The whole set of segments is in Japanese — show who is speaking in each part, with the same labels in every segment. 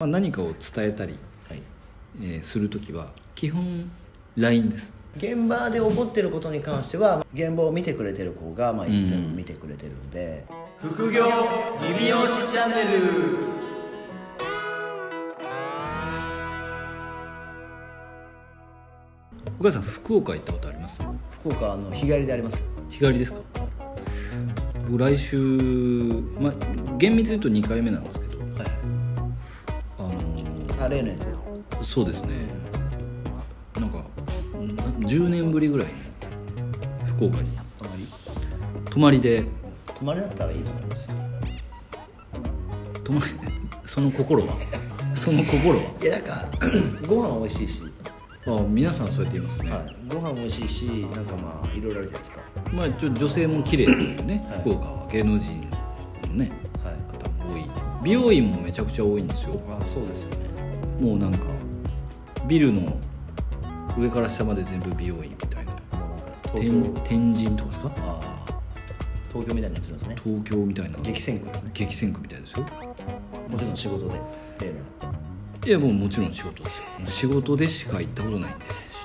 Speaker 1: まあ、何かを伝えたり、
Speaker 2: はい、
Speaker 1: えーする時は基本 LINE です
Speaker 2: 現場で起こってることに関しては現場を見てくれてる子がまあ
Speaker 1: ん
Speaker 2: 全部見てくれてるんで、
Speaker 3: 副業リビオシチャンネル
Speaker 1: お母さん福岡行ったことあります
Speaker 2: 福岡の日帰りであります
Speaker 1: 日帰りですか僕来週、まあ、厳密に言うと2回目なんですけど、
Speaker 2: はい
Speaker 1: あのー
Speaker 2: あ例のやつ
Speaker 1: そうですねなんかん10年ぶりぐらいに福岡に
Speaker 2: 泊まり
Speaker 1: 泊まりで
Speaker 2: 泊まりだったらいいと思いますよ
Speaker 1: 泊まりその心は その心はい
Speaker 2: やなんか ご飯美味しいし、
Speaker 1: あ皆さんそうやって言いますね、
Speaker 2: はい、ご飯美味しいしなんかまあいろいろあるじゃないですか
Speaker 1: まあ、ちょ女性も綺麗というね、
Speaker 2: はい
Speaker 1: 福岡は芸能人のね
Speaker 2: はい
Speaker 1: 方も多い美容院もめちゃくちゃ多いんですよ
Speaker 2: あそうですよね
Speaker 1: もうなんかビルの上から下まで全部美容院みたいな
Speaker 2: もうなんか東
Speaker 1: 天
Speaker 2: 京
Speaker 1: 天神とかですか
Speaker 2: ああ東京みたいになってるんですね
Speaker 1: 東京みたいな
Speaker 2: 激戦区ですね
Speaker 1: 激戦区みたいですよ
Speaker 2: もちろん仕事で例の
Speaker 1: いやもうもちろん仕事ですよ仕事でしか行ったことないんで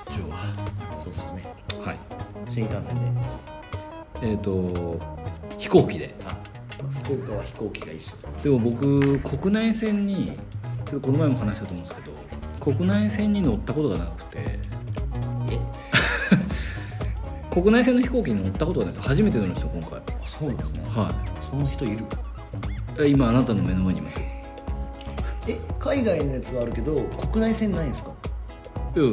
Speaker 1: 出張は
Speaker 2: そうっすよね
Speaker 1: はい
Speaker 2: 新幹線で
Speaker 1: えっ、と飛行機で
Speaker 2: あ、まあ、福岡は飛行機がいいっすよ
Speaker 1: でも僕国内線にちょっとこの前も話したと思うんですけど国内線に乗ったことがなくて
Speaker 2: え
Speaker 1: 国内線の飛行機に乗ったことがないです初めて乗るんですよ今回
Speaker 2: あそうなんですね
Speaker 1: は
Speaker 2: そんな人いる
Speaker 1: いえ今あなたの目の前にいますよ
Speaker 2: え海外のやつはあるけど国内線ないんですか
Speaker 1: いや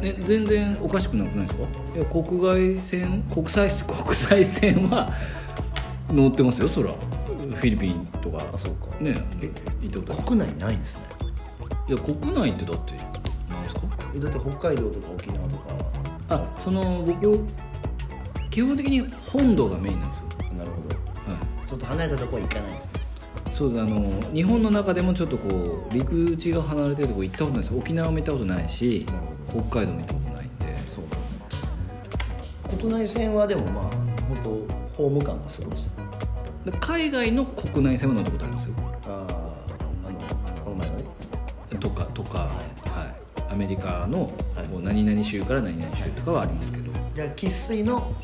Speaker 1: ね、全然おかしくなくないですかいや国外線 国際国際線は乗ってますよそらフィリピンとか
Speaker 2: あそうか
Speaker 1: ね
Speaker 2: え
Speaker 1: 行ったこと
Speaker 2: 国内ないんですね
Speaker 1: あるいや国内ってだってなんですか
Speaker 2: えだって北海道とか沖縄とか
Speaker 1: あその僕基本的に本土がメインなんですよ、
Speaker 2: なるほど
Speaker 1: はい、
Speaker 2: ちょっと離れたとこは行かないですね
Speaker 1: そうだあの日本の中でもちょっとこう陸地が離れてるとこ行ったことないです沖縄も行ったことないし
Speaker 2: なる
Speaker 1: 北海道も行ったことないんで
Speaker 2: そうだね国内線はでもまあ本当ホーム感がすごいですね
Speaker 1: で海外の国内線は乗ったことありますよ
Speaker 2: あああのこの前のね
Speaker 1: とかとか、はいアメリカのもう何々州から何々州とかはありますけど、
Speaker 2: じゃあ生粋のこ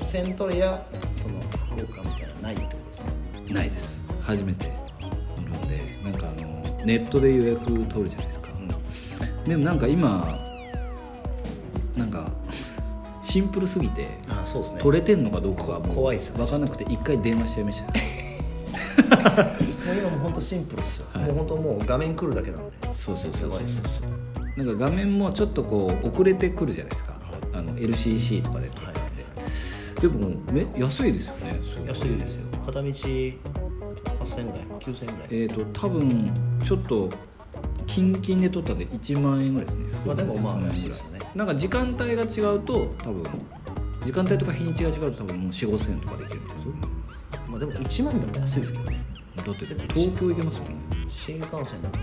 Speaker 2: うセントレやその福岡みたいなのないってことですね
Speaker 1: ないです初めて乗るのでなんかあのネットで予約取るじゃないですか、でもなんか今なんかシンプルすぎて
Speaker 2: ああそうですね
Speaker 1: 取れてんのかどうかはもう
Speaker 2: 怖いっすよね
Speaker 1: 分かんなくて一回電話しちゃいました
Speaker 2: もう今も本当シンプルっすよ、もう本当もう画面来るだけなんで
Speaker 1: そうそうそうそうそうなんか画面もちょっとこう遅れてくるじゃないですか、あの LCC とかで撮ったんで、でもめ安いですよねすごい
Speaker 2: 安いですよ片道8000ぐらい9000ぐらい
Speaker 1: えっ、と多分ちょっとキンキンで撮ったんで1万円ぐらいですね
Speaker 2: まあでもまあ
Speaker 1: 1万円ぐら
Speaker 2: 安いですよね
Speaker 1: なんか時間帯が違うと多分時間帯とか日にちが違うと多分もう4 5千円とかできるんですよ
Speaker 2: まあでも1万でも安いですけどね
Speaker 1: だって東京行けますもんね
Speaker 2: 新幹線だとねも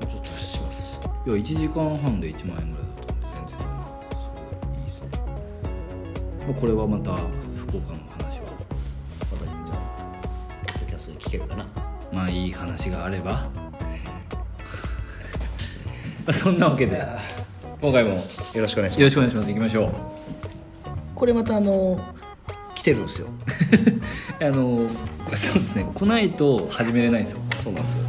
Speaker 2: うちょっとしますし
Speaker 1: いや1時間半で1万円ぐらいだったんで全然ま
Speaker 2: いいですね
Speaker 1: あこれはまた福岡の話は
Speaker 2: またじゃあポッドキャストで聞けるかな
Speaker 1: まあいい話があれば そんなわけで今回もよ
Speaker 2: よろしくお願いし
Speaker 1: ろしくお願いします行きましょう
Speaker 2: ますこれまたあの来てるんですよ
Speaker 1: あのそうですね来ないと始めれないんですよ
Speaker 2: そうなんですよ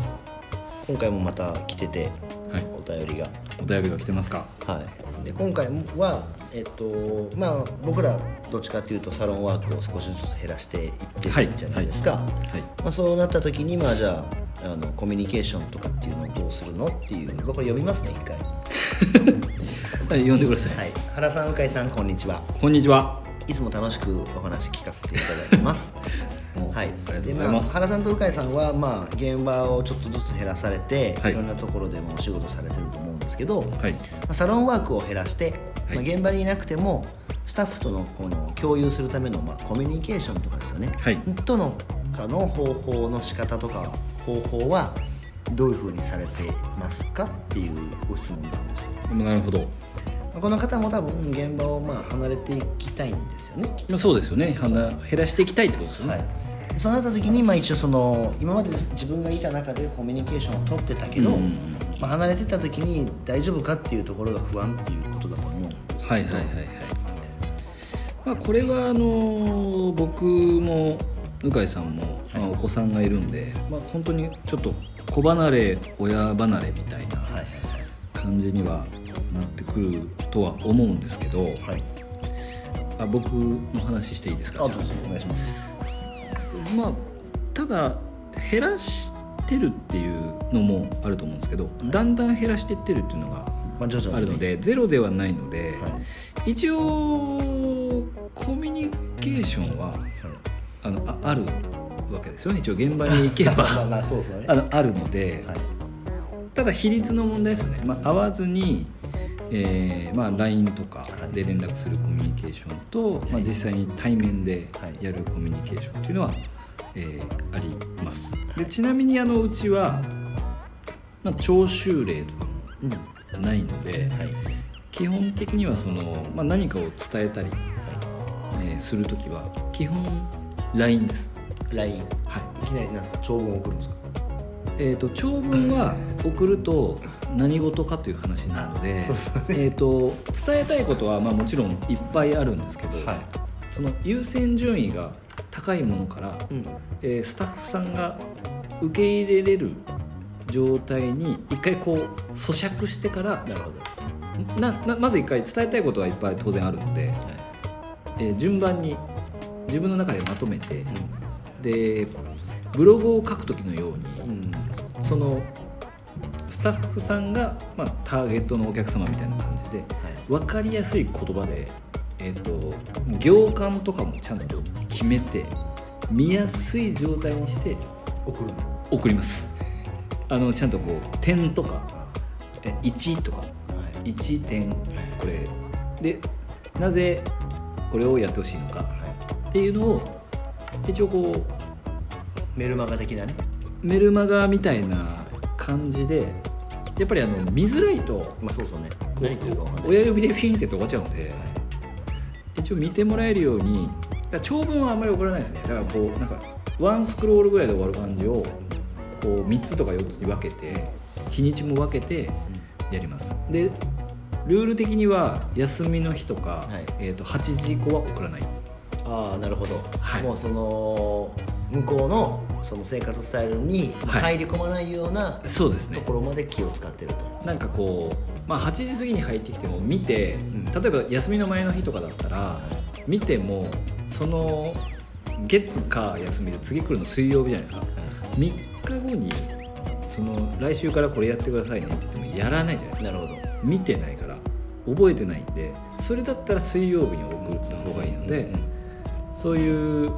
Speaker 2: 今回もまた来てて、
Speaker 1: はい
Speaker 2: お便りが
Speaker 1: お便りが来てますか
Speaker 2: はいで今回はえっとまあ僕らどっちかっていうとサロンワークを少しずつ減らしていってるじゃないですか、
Speaker 1: はい
Speaker 2: まあ、そうなった時にまあじゃああのコミュニケーションとかっていうのをどうするのっていうまあこれ読みますね一回は
Speaker 1: 読んでください、
Speaker 2: い原さん鵜飼さんこんにちは
Speaker 1: こんにちはい
Speaker 2: つも楽しくお話聞かせていただいてます
Speaker 1: もう
Speaker 2: はい
Speaker 1: ありがと
Speaker 2: で
Speaker 1: うござい
Speaker 2: まあ
Speaker 1: ます、
Speaker 2: 原さんと鵜飼さんはまあ現場をちょっとずつ減らされて、
Speaker 1: はい
Speaker 2: い、ろんなところでもお仕事されてると思うんですけど、
Speaker 1: はい
Speaker 2: まあ、サロンワークを減らして、
Speaker 1: はい
Speaker 2: まあ、現場にいなくてもスタッフとのこの共有するためのまあコミュニケーションとかですよね、
Speaker 1: はい
Speaker 2: とのかの方法の仕方とか方法はどういうふうにされてますかっていうご質問なんですよ
Speaker 1: なるほど、
Speaker 2: まあこの方も多分現場をまあ離れていきたいんですよねきっ
Speaker 1: まあ、そうですよねはな減らしていきたいってことです
Speaker 2: と
Speaker 1: よね、
Speaker 2: はいそうなった時に、まあ、一応その今まで自分がいた中でコミュニケーションを取ってたけど、
Speaker 1: うん
Speaker 2: まあ、離れてた時に大丈夫かっていうところが不安っていうことだと思うんです
Speaker 1: はいはいはいはい、まあ、これはあの僕も向井さんも、まあ、お子さんがいるんで、まあ、本当にちょっと子離れ親離れみたいな
Speaker 2: はい
Speaker 1: 感じにはなってくるとは思うんですけど、
Speaker 2: はいはい
Speaker 1: あ僕の話していいですか
Speaker 2: あどう
Speaker 1: じゃ
Speaker 2: ぞお願いします
Speaker 1: あまあただ減らしてるっていうのもあると思うんですけど、だんだん減らしていってるっていうのが
Speaker 2: まあ徐々に
Speaker 1: あるのでゼロではないので、
Speaker 2: はいはい
Speaker 1: 一応コミュニケーションはあのああるわけですよね一応現場に行けば
Speaker 2: まあまあそうですよね
Speaker 1: あのあるので、
Speaker 2: はい
Speaker 1: ただ比率の問題ですよね、まあ、会わずに、えーまあ、LINE とかで連絡するコミュニケーションと、まあ、実際に対面でやるコミュニケーションというのは、えーありますでちなみにあのうちは、まあ、徴収令とか
Speaker 2: うん
Speaker 1: もないので、
Speaker 2: はい
Speaker 1: 基本的にはその、まあ、何かを伝えたり、えーする時は基本 LINE です、
Speaker 2: LINE
Speaker 1: はい
Speaker 2: いきなりなんですか長文送るんですか
Speaker 1: えー、と長文は送ると何事かという話になるので、えー、と伝えたいことはまあもちろんいっぱいあるんですけど、
Speaker 2: はい
Speaker 1: その優先順位が高いものから、
Speaker 2: うん
Speaker 1: えースタッフさんが受け入れれる状態に一回こう咀嚼してから
Speaker 2: なるほどは
Speaker 1: ななまず一回伝えたいことはいっぱい当然あるので、
Speaker 2: い
Speaker 1: えー順番に自分の中でまとめて
Speaker 2: う
Speaker 1: でブログを書く時のように。
Speaker 2: んうん
Speaker 1: そのスタッフさんが、まあ、ターゲットのお客様みたいな感じで
Speaker 2: はい
Speaker 1: 分かりやすい言葉で、えっと行間とかもちゃんと決めて見やすい状態にして
Speaker 2: 送るの
Speaker 1: 送ります あのちゃんとこう点とかえ1とか
Speaker 2: はい
Speaker 1: 1点これでなぜこれをやってほしいのか
Speaker 2: は
Speaker 1: っていうのを一応こう
Speaker 2: いメルマガ的なね
Speaker 1: メルマガみたいな感じでやっぱりあの見づらいと
Speaker 2: まあそうそうね何言ってるかわかんない
Speaker 1: 親
Speaker 2: し
Speaker 1: 指でフィンってやって終わっちゃうので一応見てもらえるようにだから長文はあんまり送らないですねだからこうなんかワンスクロールぐらいで終わる感じをこう3つとか4つに分けて日にちも分けてやりますでルール的には休みの日とか、
Speaker 2: はい
Speaker 1: えー、と8時以降は送らない
Speaker 2: ああなるほど、
Speaker 1: はい
Speaker 2: もうその向こうのその生活スタイルに
Speaker 1: はい
Speaker 2: 入り込まないような
Speaker 1: そうですね
Speaker 2: ところまで気を使ってると、
Speaker 1: なんかこう、まあ、8時過ぎに入ってきても見て、
Speaker 2: ん
Speaker 1: 例えば休みの前の日とかだったら見てもその月火休みで次来るの水曜日じゃないですか3日後にその来週からこれやってくださいねって言ってもやらないじゃないですか
Speaker 2: なるほど
Speaker 1: 見てないから覚えてないんでそれだったら水曜日に送った方がいいので、
Speaker 2: うん
Speaker 1: そういう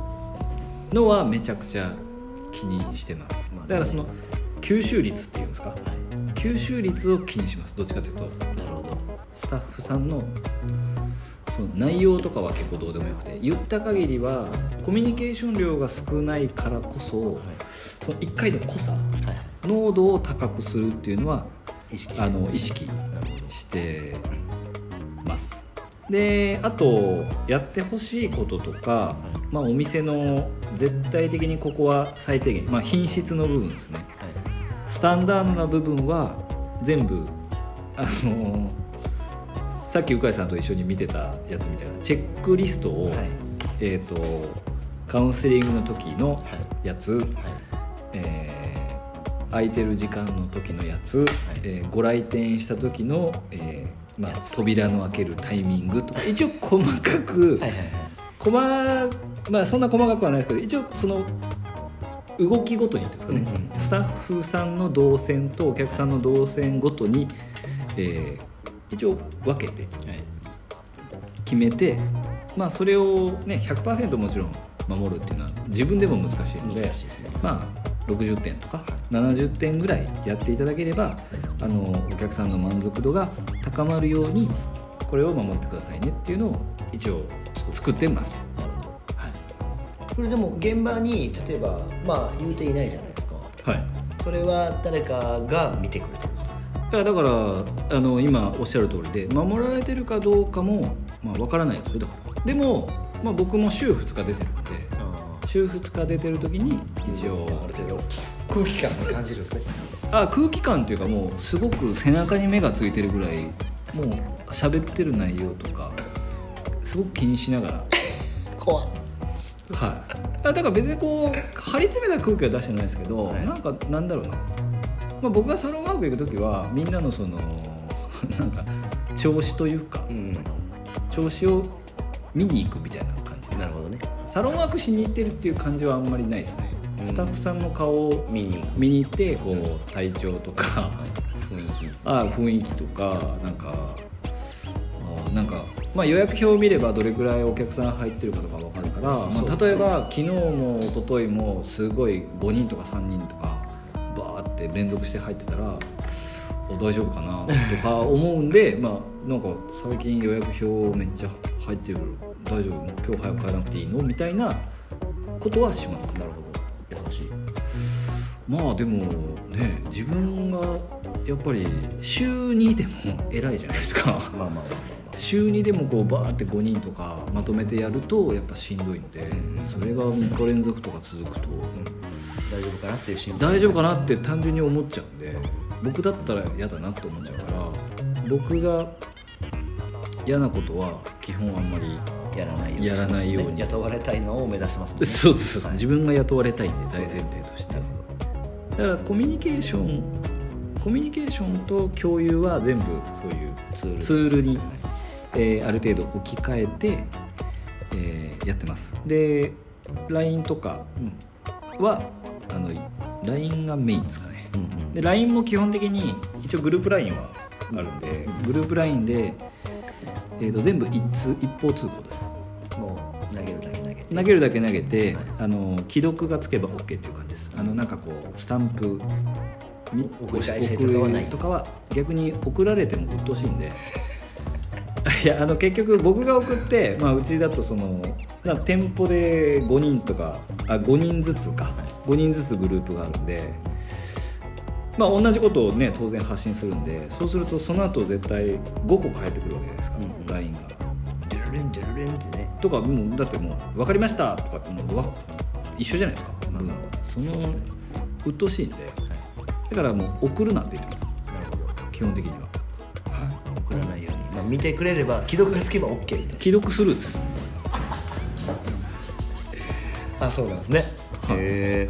Speaker 1: のはめちゃくちゃ気にしてます、
Speaker 2: まあ
Speaker 1: だからその吸収率っていうんですか
Speaker 2: は
Speaker 1: 吸収率を気にしますどっちかというと
Speaker 2: いなるほど
Speaker 1: スタッフさんのその内容とかは結構どうでもよくて言った限りはコミュニケーション量が少ないからこそその1回の濃さ
Speaker 2: はいは
Speaker 1: 濃度を高くするっていうのはい
Speaker 2: 意識して
Speaker 1: あの意識
Speaker 2: なるほど
Speaker 1: してます。であとやってほしいこととか、まあ、お店の絶対的にここは最低限、まあ、品質の部分ですね
Speaker 2: はい
Speaker 1: スタンダードな部分は全部あのさっき鵜飼さんと一緒に見てたやつみたいなチェックリストを、
Speaker 2: はいはい
Speaker 1: えー、とカウンセリングの時の
Speaker 2: は
Speaker 1: やつ、
Speaker 2: いはい
Speaker 1: えー空いてる時間の時のやつ、えーご来店した時の、えーまあ、扉の開けるタイミングとか一応細かく、
Speaker 2: はいはい
Speaker 1: 細まあそんな細かくはないですけど一応その動きごとにっていうんですかね、スタッフさんの動線とお客さんの動線ごとに、えー一応分けて
Speaker 2: はい
Speaker 1: 決めて、まあ、それを、ね、100%もちろん守るっていうのは自分でも難しいので
Speaker 2: 難しいですね
Speaker 1: まあ、60点とか70点ぐらいやっていただければあのお客さんの満足度が高まるようにこれを守ってくださいねっていうのを一応作ってます。
Speaker 2: なるほど
Speaker 1: はい
Speaker 2: これでも現場に例えばまあ言うていないじゃないですか
Speaker 1: はい、
Speaker 2: それは誰かが見てくれてるんですか
Speaker 1: いやだからあの今おっしゃる通りで守られてるかどうかも、まあ、分からないですよだからでも、まあ、僕も週2日出てるので
Speaker 2: あ
Speaker 1: 週2日出てる時に一応
Speaker 2: ある程度空気感を感じるんですね
Speaker 1: あ空気感というかもうすごく背中に目がついてるぐらいもう喋ってる内容とかすごく気にしながら
Speaker 2: 怖っ
Speaker 1: はい、あだから別にこう張り詰めた空気は出してないですけど、
Speaker 2: はい
Speaker 1: なんかなんだろうな、まあ、僕がサロンワーク行く時はみんなのその なんか調子というか
Speaker 2: うん
Speaker 1: 調子を見に行くみたいな感じです
Speaker 2: なるほどね
Speaker 1: サロンワークしに行ってるっていう感じはあんまりないですね、
Speaker 2: うん
Speaker 1: スタッフさんの顔を
Speaker 2: 見に行
Speaker 1: 見に行ってこう体調とか
Speaker 2: く雰囲気
Speaker 1: あ雰囲気とかなんかあなんか、まあ、予約表を見ればどれくらいお客さん入ってるかとか分かるから、ま
Speaker 2: そう
Speaker 1: あ、
Speaker 2: ですね
Speaker 1: 例えば昨日も一昨日もすごい5人とか3人とかバーって連続して入ってたらお大丈夫かなとか思うんで まあなんか最近予約表めっちゃ入ってる大丈夫今日早く帰らなくていいのみたいなことはします。
Speaker 2: なるほど優しい
Speaker 1: まあでもね自分がやっぱり週2でも偉いじゃないですか
Speaker 2: まあまあまあまあま
Speaker 1: 週2でもこうバーって5人とかまとめてやるとやっぱしんどいのでそれが3日連続とか続くと
Speaker 2: あ大丈夫かなっていう心配
Speaker 1: 大丈夫かなって単純に思っちゃうんで僕だったら嫌だなって思っちゃうから僕が嫌なことは基本あんまり
Speaker 2: やらないように
Speaker 1: やらないように
Speaker 2: してますもんね雇われたいのを目指してますもんね
Speaker 1: そうそうそう自分が雇われたいんで
Speaker 2: そう
Speaker 1: 大
Speaker 2: で
Speaker 1: 前
Speaker 2: す
Speaker 1: 提として。だからコミュニケーションコミュニケーションと共有は全部そういう
Speaker 2: ツール
Speaker 1: ツールに、えーある程度置き換えて、えーやってますで LINE とか
Speaker 2: うん
Speaker 1: はあの LINE がメインですかね
Speaker 2: うんうん
Speaker 1: で LINE も基本的に一応グループ LINE はあるんでグループ LINE で、えー、と全部一通一方通行です
Speaker 2: もう投げるだけ投げて
Speaker 1: 投げるだけ投げてあの既読がつけば OK っていう感じですあのなんかこうスタンプみ
Speaker 2: 送り返せとかはない
Speaker 1: 送りとかは逆に送られても鬱陶しいんで いやあの結局僕が送って、まあ、うちだとそのな店舗で5人とかあ5人ずつか5人ずつグループがあるんで、まあ、同じことをね当然発信するんでそうするとその後絶対5個返ってくるわけじゃないですか、
Speaker 2: うんうん
Speaker 1: LINE が。
Speaker 2: デルレンデルレンってね
Speaker 1: とかもうだってもう「分かりました」とかってもうわ一緒じゃないですか、
Speaker 2: まあまあ
Speaker 1: その
Speaker 2: そうですね
Speaker 1: 鬱陶しいんでだからもう送るなって言ってます
Speaker 2: なるほど
Speaker 1: 基本的には、
Speaker 2: 送らないように、まあ、見てくれれば既読がつけば OK みたい
Speaker 1: 既読するです
Speaker 2: なあそうなんですねへえ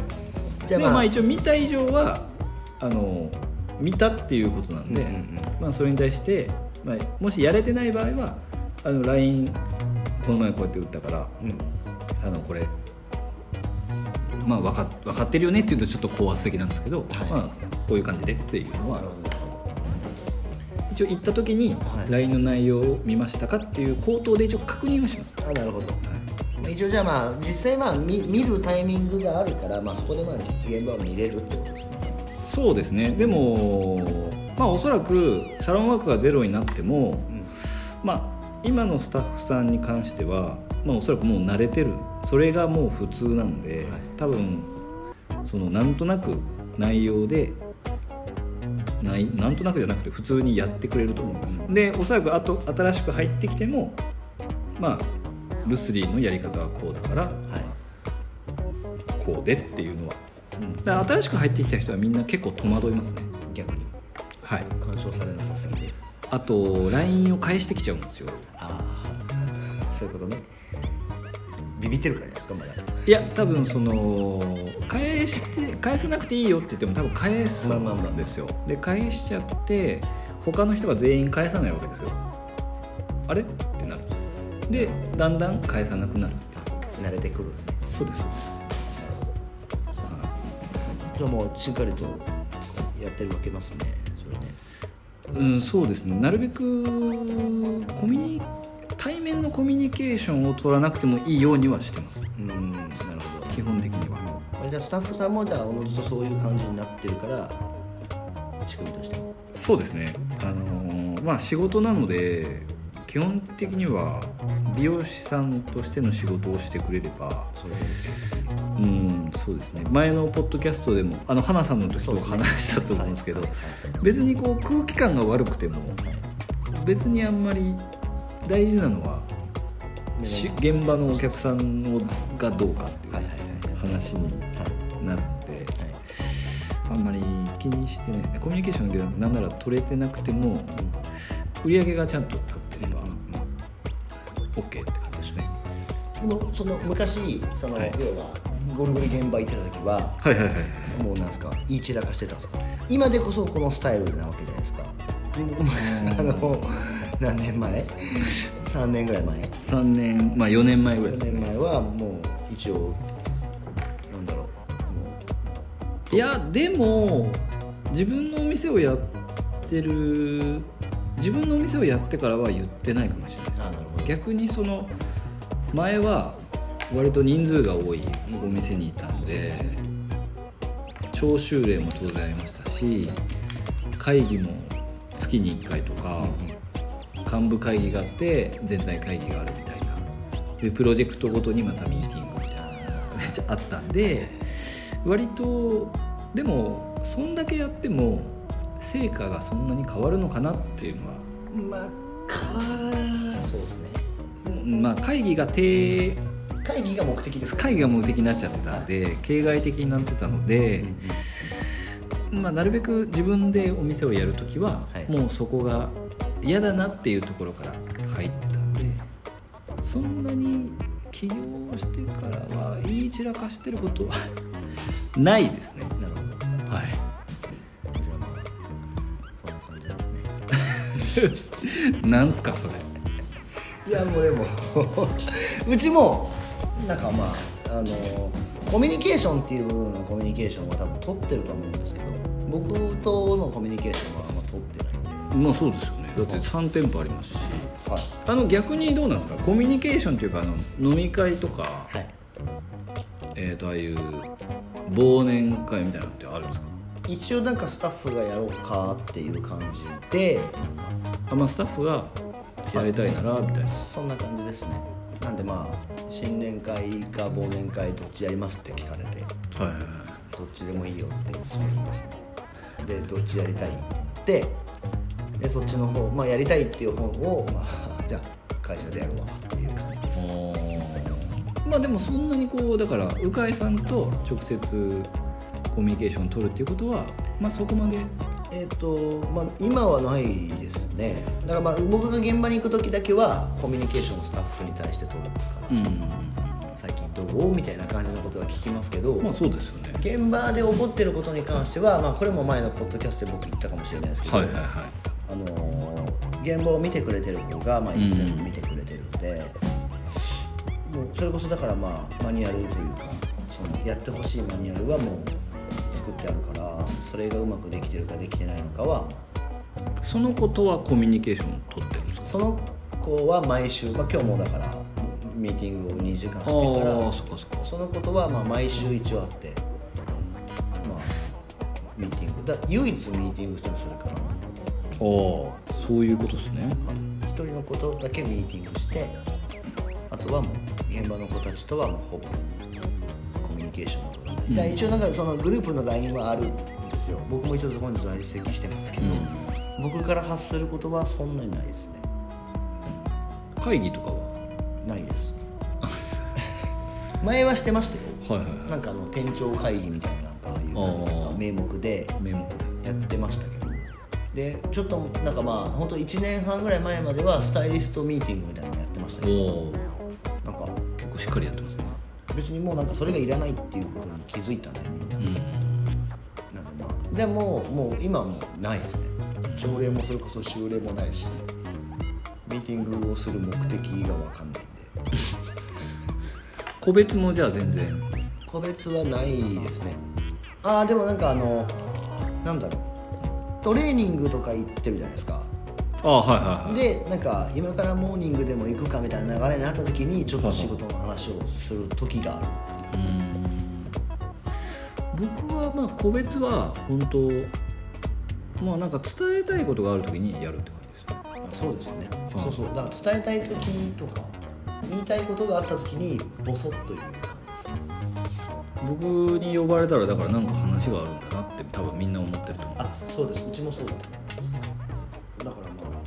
Speaker 2: じ
Speaker 1: で
Speaker 2: ゃあ
Speaker 1: もま
Speaker 2: ま
Speaker 1: あ
Speaker 2: あ
Speaker 1: 一応見た以上はあの見たっていうことなんで、
Speaker 2: うんうん
Speaker 1: まあ、それに対して、まあ、もしやれてない場合はあの LINE この前こうやって打ったから
Speaker 2: うん
Speaker 1: あのこれまあ分か分かってるよねっていうとちょっと高圧的なんですけど、
Speaker 2: はい
Speaker 1: まあ、こういう感じでっていうの
Speaker 2: な
Speaker 1: は
Speaker 2: るほどなるほ
Speaker 1: 一応行った時に
Speaker 2: はい
Speaker 1: LINE の内容を見ましたかっていう口頭で一応確認はします
Speaker 2: どあなるほど、まあ、一応じゃあまあ実際まあ見見るタイミングがあるから、まあ、そこでまあ現場を見れるってことですね
Speaker 1: そうですねでもまあおそらくサロンワークがゼロになっても
Speaker 2: うん
Speaker 1: まあ今のスタッフさんに関してはまあおそらくもう慣れてるそれがもう普通なんで、
Speaker 2: はい
Speaker 1: 多分そのなんとなく内容でないなんとなくじゃなくて普通にやってくれると思います、でおそらくあと新しく入ってきてもまあルスリーのやり方はこうだから
Speaker 2: はい
Speaker 1: こうでっていうのは
Speaker 2: うん
Speaker 1: だから新しく入ってきた人はみんな結構戸惑いますね
Speaker 2: 逆に
Speaker 1: はい
Speaker 2: 干渉されなさすぎて
Speaker 1: あと LINE を返してきちゃうんですよ
Speaker 2: ああ そういうことねビビってるからじゃないですか
Speaker 1: いや多分その返して返さなくていいよって言っても多分返す
Speaker 2: まあまあまあ
Speaker 1: んですよで返しちゃって他の人が全員返さないわけですよあれってなるでだんだん返さなくなる
Speaker 2: まだ慣れてくるんですね
Speaker 1: そうですそうですは
Speaker 2: じゃあもうしっかりとやってるわけますねそれね
Speaker 1: いうん、そうですねなるべくコミュニ対面のコミュニケーションを取らなくてもいいようにはしてます
Speaker 2: うんなるほど
Speaker 1: 基本的には
Speaker 2: これじゃあスタッフさんもじゃあおのずとそういう感じになってるから仕組みとしても
Speaker 1: そうですねあのーまあ仕事なので基本的には美容師さんとしての仕事をしてくれれば
Speaker 2: そう
Speaker 1: うんそうですね前のポッドキャストでもあの花さんの時
Speaker 2: そう
Speaker 1: と
Speaker 2: ですね
Speaker 1: 話したと思うんですけど、
Speaker 2: はい
Speaker 1: 別にこう空気感が悪くても別にあんまり大事なのはし現場のお客さんをがどうかっていう、
Speaker 2: はいはいはい
Speaker 1: 話になってあんまり気にしてないですねコミュニケーションでなんなら取れてなくても売り上げがちゃんと立ってれば OK って感じですね
Speaker 2: でもその昔その、
Speaker 1: はい
Speaker 2: 要はゴリゴリ現場行ってた時は
Speaker 1: はいはいはい
Speaker 2: もうなんですか言い散らかしてたんですか今でこそこのスタイルなわけじゃないですか僕もあの何年前3年ぐらい前
Speaker 1: 3年まあ4年前ぐらい
Speaker 2: 4
Speaker 1: です
Speaker 2: 年
Speaker 1: ね
Speaker 2: 前はもう一応なんだろ
Speaker 1: いやでも自分のお店をやってる自分のお店をやってからは言ってないかもしれないです
Speaker 2: あなるほど
Speaker 1: 逆にその前は割と人数が多いお店にいたんで徴収令も当然ありましたし会議も月に1回とか幹部会議があって全体会議があるみたいなでプロジェクトごとにまたミーティングみたいなのがめっちゃあったんで割とでもそんだけやっても成果がそんなに変わるのかなっていうのは
Speaker 2: うまあ変わらそうですね
Speaker 1: うんまあ会議が定
Speaker 2: 会議が目的ですか
Speaker 1: 会議が目的になっちゃってたんで形骸的になってたので、まあ、なるべく自分でお店をやるときは、
Speaker 2: はい
Speaker 1: もうそこが嫌だなっていうところから入ってたんでそんなに起業してからは言い散らかしてることはないですね。
Speaker 2: なるほど
Speaker 1: は
Speaker 2: じゃあまあそんな感じなんですね
Speaker 1: い、なんすかそれ
Speaker 2: いやもうでも うちもなんかまああのコミュニケーションっていう部分のコミュニケーションは多分取ってると思うんですけど僕とのコミュニケーションはあんま取ってないんで
Speaker 1: まあそうですよねだって3店舗ありますし
Speaker 2: はい
Speaker 1: あの逆にどうなんですかコミュニケーションっていうかあの飲み会とか、
Speaker 2: はい
Speaker 1: えー、とああいう忘年会みたいなのってあるんですか
Speaker 2: 一応なんかスタッフがやろうかっていう感じでなんか
Speaker 1: あ、まあ、スタッフがやりたいならみたいな
Speaker 2: そんな感じですねなんでまあ新年会か忘年会どっちやりますって聞かれて
Speaker 1: はいはいはい
Speaker 2: どっちでもいいよってそう言いますねでどっちやりたいって言ってでそっちの方、まあ、やりたいっていう方を、まあ、 じゃあ会社でやるわっていう感じです
Speaker 1: おーまあでもそんなにこうだから鵜飼さんと直接コミュニケーションを取るっていうことはまあそこまで
Speaker 2: えっ、とまあ今はないですねだからまあ僕が現場に行く時だけはコミュニケーションをスタッフに対して取るか
Speaker 1: う
Speaker 2: な、
Speaker 1: ん
Speaker 2: 最近どうみたいな感じのことは聞きますけど、
Speaker 1: まあそうですよね
Speaker 2: 現場で起こってることに関しては、まあ、これも前のポッドキャストで僕言ったかもしれないですけど、
Speaker 1: はいはいは
Speaker 2: あのー現場を見てくれてる子が、まあ、
Speaker 1: ん
Speaker 2: 全部見てくれてるんで、もうそれこそだから、まあ、マニュアルというかそのやってほしいマニュアルはもう作ってあるからそれがうまくできてるかできてないのかはい
Speaker 1: その子とはコミュニケーションを取ってるんですか
Speaker 2: その子は毎週、まあ、今日もだからミーティングを2時間
Speaker 1: ああ
Speaker 2: してから
Speaker 1: ーそっかそっか
Speaker 2: そのことはまあ毎週一応あって、まあ、ミーティングだ唯一ミーティングしたのそれから
Speaker 1: ああそういうことですね
Speaker 2: 一人のことだけミーティングしてあとはもう現場の子たちとはもうほぼコミュニケーションを取らない、だから一応なんかそのグループの LINE はあるんですよ僕も一つ本日在籍してますけど、僕から発することはそんなにないですね
Speaker 1: 会議とかは
Speaker 2: ないです 前はしてましたよ
Speaker 1: はいはいはい
Speaker 2: なんかあの店長会議みたいななんかああいうなんか名目で
Speaker 1: メモ
Speaker 2: やってましたけどでちょっとなんかまあ本当1年半ぐらい前まではスタイリストミーティングみたいなのやってましたけ
Speaker 1: お
Speaker 2: ど
Speaker 1: おー
Speaker 2: なんか
Speaker 1: 結構しっかりやってますね
Speaker 2: 別にもうなんかそれがいらないっていうことに気づいたんでみんな,、なんかまあでももう今はもうないですね朝礼もそれこそ修礼もないしミーティングをする目的が分かんないんで
Speaker 1: 個別もじゃあ全然
Speaker 2: 個別はないですねああでもなんかあのなんだろうトレーニングとか行ってるじゃないですか
Speaker 1: ああはいはいはい
Speaker 2: でなんか今からモーニングでも行くかみたいな流れになった時にちょっと仕事の話をする時がある
Speaker 1: 僕はまあ個別は本当まあなんか伝えたいことがあるときにやるって感じですね
Speaker 2: あそうですよね、そうそうだから伝えたい時とか言いたいことがあった時にボソッと言う感じですね
Speaker 1: 僕に呼ばれたらだからなんか話があるんだなって多分みんな思ってると思う
Speaker 2: あそうですうちもそうだと思いますだからま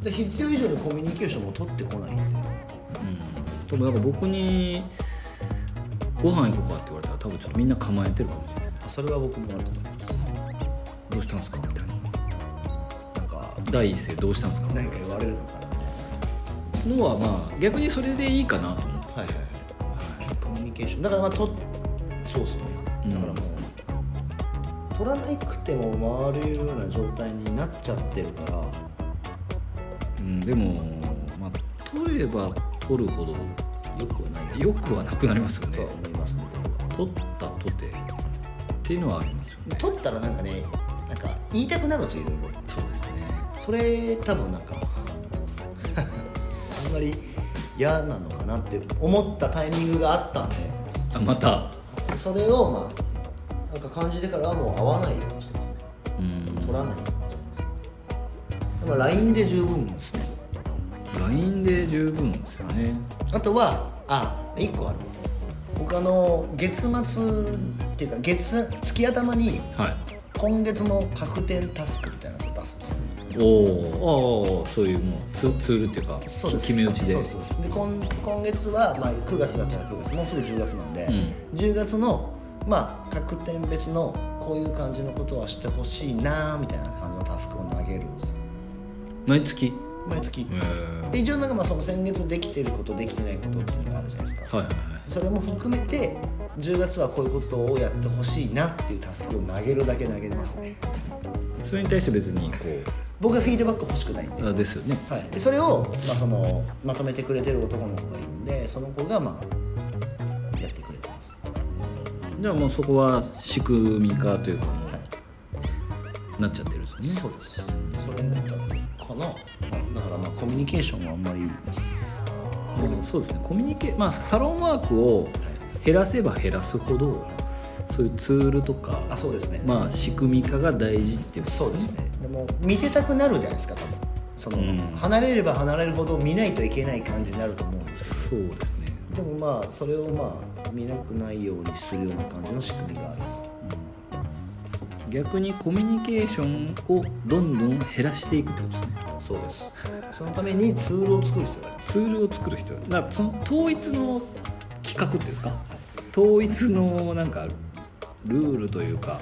Speaker 2: あで必要以上にコミュニケーションも取ってこないんで
Speaker 1: うんでもなんか僕にご飯行こうかって言われたら多分ちょっとみんな構えてるかもしれない
Speaker 2: あそれは僕もあると思います
Speaker 1: どうしたんですかみたいな
Speaker 2: なんか
Speaker 1: 第一声どうしたんですかみたい
Speaker 2: 何か言われるのかなみたい
Speaker 1: なのはまあ逆にそれでいいかなと思って
Speaker 2: なはいはいはいコミュニケーションだからまあとそうですねだからもう、取らなくても回れるような状態になっちゃってるから
Speaker 1: うんでもまあ取れば取るほど
Speaker 2: よくはない
Speaker 1: 良くはなくなりますよ
Speaker 2: と
Speaker 1: ね
Speaker 2: は思いますね僕は
Speaker 1: 取ったとてっていうのはありますよね
Speaker 2: 取ったらなんかねなんか言いたくなるんですよいろいろ
Speaker 1: そうですね
Speaker 2: それ多分なんか あんまり嫌なのかなって思ったタイミングがあったんで
Speaker 1: あまた
Speaker 2: それをまあなんか感じてからはもう会わないようにしてますね
Speaker 1: うん
Speaker 2: 取らないようにしてますでも LINE で十分ですね
Speaker 1: LINE で十分ですよね
Speaker 2: あとはあ一1個あるわ僕あの月末っていうか月月頭に
Speaker 1: はい
Speaker 2: 今月の確定タスクみたいなのを出すんですよ
Speaker 1: おおそういうもうツツールっていうか
Speaker 2: そうです
Speaker 1: 決め打ちで
Speaker 2: そうそうそうで今今月は、まあ、9月だったら9月もうすぐ10月なんで、
Speaker 1: う
Speaker 2: 10月のまあ各点別のこういう感じのことはしてほしいなみたいな感じのタスクを投げるんですよ
Speaker 1: 毎月
Speaker 2: 毎月
Speaker 1: えー
Speaker 2: で一応なんかまあその先月できてることできてないことっていうのがあるじゃないですか、
Speaker 1: はいはい
Speaker 2: それも含めて10月はこういうことをやってほしいなっていうタスクを投げるだけ投げてますね
Speaker 1: はいそれに対して別にこ
Speaker 2: 僕はフィードバック欲しくないんで
Speaker 1: うあですよね
Speaker 2: はい、でそれを、まあ、そのまとめてくれてる男の子がいるんでその子が、まあ、やってくれてます、
Speaker 1: じゃあもうそこは仕組み化というかも
Speaker 2: はいう
Speaker 1: なっちゃってるんですよね
Speaker 2: そうですそれだったかな、まあだからまあコミュニケーションはあんまり
Speaker 1: うんそうですねコミュニケまあサロンワークを減らせば減らすほどそういうツールとか
Speaker 2: あそうですね、
Speaker 1: まあ仕組み化が大事っていうこと
Speaker 2: そうですねでも見てたくなるじゃないですか多分その、
Speaker 1: うん
Speaker 2: 離れれば離れるほど見ないといけない感じになると思うんです
Speaker 1: そ
Speaker 2: け
Speaker 1: うですね
Speaker 2: どでもまあそれをまあ見なくないようにするような感じの仕組みがある
Speaker 1: 逆にコミュニケーションをどんどん減らしていくってことですね
Speaker 2: そうですそのためにツールを作る必要があります
Speaker 1: ツールを作る必要だからその統一の企画っていうんですか統一のなんかルールというか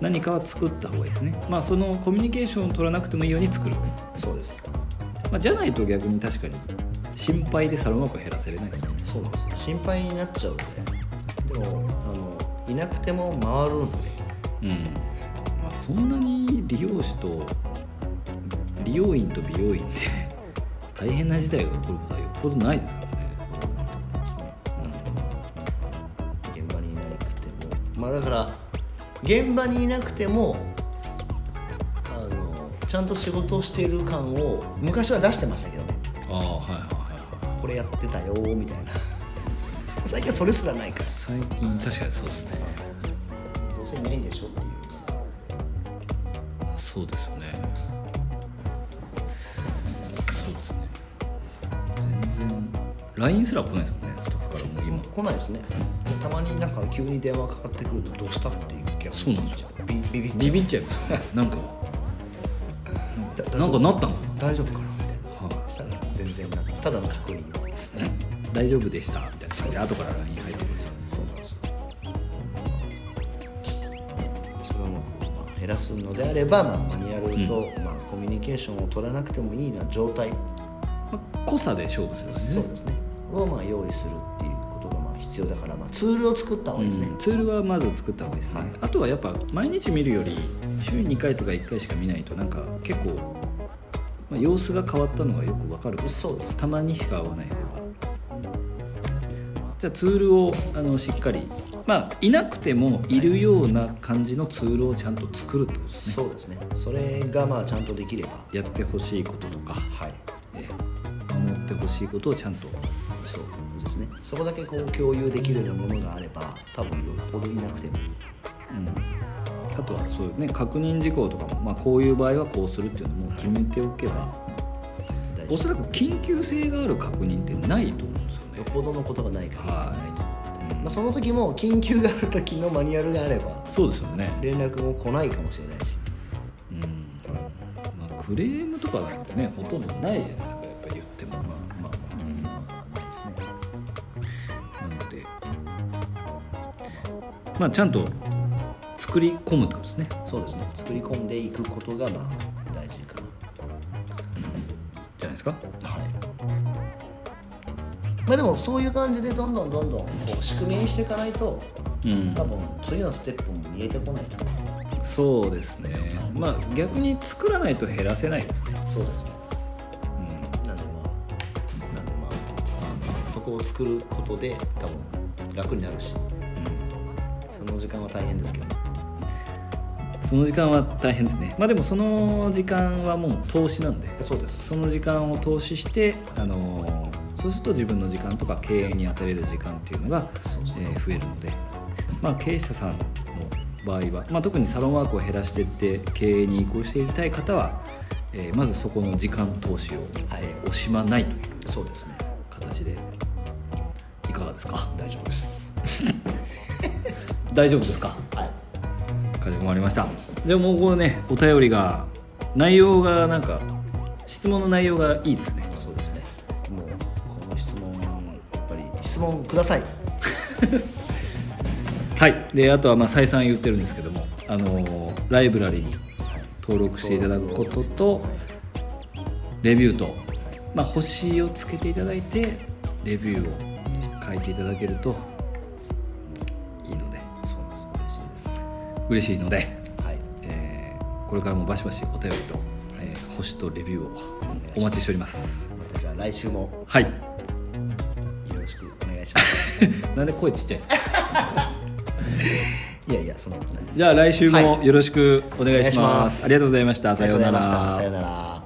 Speaker 1: 何かは作った方がいいですねまあそのコミュニケーションを取らなくてもいいように作る、ま
Speaker 2: そうです
Speaker 1: あ、じゃないと逆に確かに心配でサロンワークを減らせれないですよね
Speaker 2: そうなんですよ心配になっちゃうんででもあのいなくても回るんで
Speaker 1: うんまあそんなに利用師と利用員と美容院って大変な事態が起こることはよっぽどないですからね
Speaker 2: 現場にいなくてもまあだから現場にいなくてもあのちゃんと仕事をしている感を昔は出してましたけどね
Speaker 1: ああはいはいはいはい
Speaker 2: これやってたよみたいな最近はそれすらないか
Speaker 1: 最近確かにそうですね
Speaker 2: らどうせいないんでしょっていう
Speaker 1: そうですよねそうですね全然 LINE すら来ないですもんねスタッフからもう今
Speaker 2: 来ないですねたまになんか急に電話かかってくるとどうしたっていう気が
Speaker 1: そうなんですよ
Speaker 2: ビビビっちゃう
Speaker 1: ビビっちゃいますよねなんかなんかなったんか
Speaker 2: 大丈夫かなみたいな
Speaker 1: な、は
Speaker 2: したら全然なんかただの確認
Speaker 1: い大丈夫でしたみたいな感じで後から LINE 入ってくる
Speaker 2: そうなんですよそれをまあ減らすのであれば、まあ、マニュアルと、まあ、コミュニケーションを取らなくてもいいな状態、
Speaker 1: まあ濃さで勝負するんです
Speaker 2: そう
Speaker 1: ね
Speaker 2: ですねをまあ用意するっていうことがまあ必要だから、まあ、ツールを作った方がいいですね、
Speaker 1: うんツールはまず作った方がいいですね、
Speaker 2: はい
Speaker 1: あとはやっぱ毎日見るより週2回とか1回しか見ないとなんか結構、まあ、様子が変わったのがよくわかるから
Speaker 2: そうです
Speaker 1: たまにしか会わない方がじゃあツールをあのしっかりまあいなくてもいるような感じのツールをちゃんと作るってことですね
Speaker 2: そうですねそれがまあちゃんとできれば
Speaker 1: やってほしいこととか、
Speaker 2: はい
Speaker 1: え守ってほしいことをちゃんと
Speaker 2: そうですねそこだけこう共有できるようなものがあれば多分よっぽどいなくても
Speaker 1: うん、あとはそういうね確認事項とかも、まあ、こういう場合はこうするっていうのも決めておけば
Speaker 2: 大丈
Speaker 1: お
Speaker 2: 夫
Speaker 1: そらく緊急性がある確認ってないと思うんですよ
Speaker 2: よ
Speaker 1: ね
Speaker 2: っぽどのことがないから、
Speaker 1: はい
Speaker 2: ないと思って、まあ、その時も緊急がある時のマニュアルがあれば
Speaker 1: そうですよね、
Speaker 2: 連絡も来ないかもしれないし
Speaker 1: うんまあ、クレームとかなんてねほとんどないじゃないですかやっぱり言っても
Speaker 2: まあまあまあ、まあないですね
Speaker 1: なのでまあ、ちゃんと作り込むってことですね
Speaker 2: そうですね作り込んでいくことがまあ大事か
Speaker 1: じゃないですか
Speaker 2: なはいまあでもそういう感じでどんどんどんどんこう仕組みにしていかないと
Speaker 1: うん
Speaker 2: 多分次のステップも見えてこないと
Speaker 1: そうですねまあ逆に作らないと減らせないですね
Speaker 2: そうですねなんでまあなんでまああのそこを作ることで多分楽になるしその時間は大変ですけどね
Speaker 1: その時間は大変ですねまあでもその時間はもう投資なんで
Speaker 2: そうです
Speaker 1: その時間を投資してあのーそうすると自分の時間とか経営に充てれる時間っていうのが
Speaker 2: そうそう
Speaker 1: えー増えるので、まあ、経営者さんの場合は、まあ、特にサロンワークを減らしていって経営に移行していきたい方は、えーまずそこの時間投資を、
Speaker 2: はい
Speaker 1: えー惜しまないという
Speaker 2: そうですね
Speaker 1: 形でいかがですか
Speaker 2: 大丈夫です
Speaker 1: 大丈夫ですか
Speaker 2: はい
Speaker 1: かしこまりましたじゃあもうこのねお便りが内容がなんか質問の内容がいいですね
Speaker 2: そうですねもうこの質問やっぱり質問ください
Speaker 1: はい、であとはまあ再三言ってるんですけども、あのーライブラリに登録していただくことと
Speaker 2: はい
Speaker 1: レビューと、まあ、星をつけていただいてレビューを書いていただけるといいので
Speaker 2: そうなんです嬉しいです
Speaker 1: 嬉しいので、
Speaker 2: はい
Speaker 1: えーこれからもバシバシお便りと、えー星とレビューをお待ちしております。
Speaker 2: またじゃあ来週も
Speaker 1: はい、
Speaker 2: よろしくお願いします
Speaker 1: なんで声ちっちゃいですか。
Speaker 2: いやいやそんなことないです
Speaker 1: じゃあ来週もよろしくお願いします。
Speaker 2: お願いします
Speaker 1: ありがとうございました。
Speaker 2: あ
Speaker 1: さ
Speaker 2: りが
Speaker 1: よ
Speaker 2: とう
Speaker 1: う
Speaker 2: ご
Speaker 1: な
Speaker 2: ざ
Speaker 1: い
Speaker 2: ました
Speaker 1: ら
Speaker 2: さよう。なら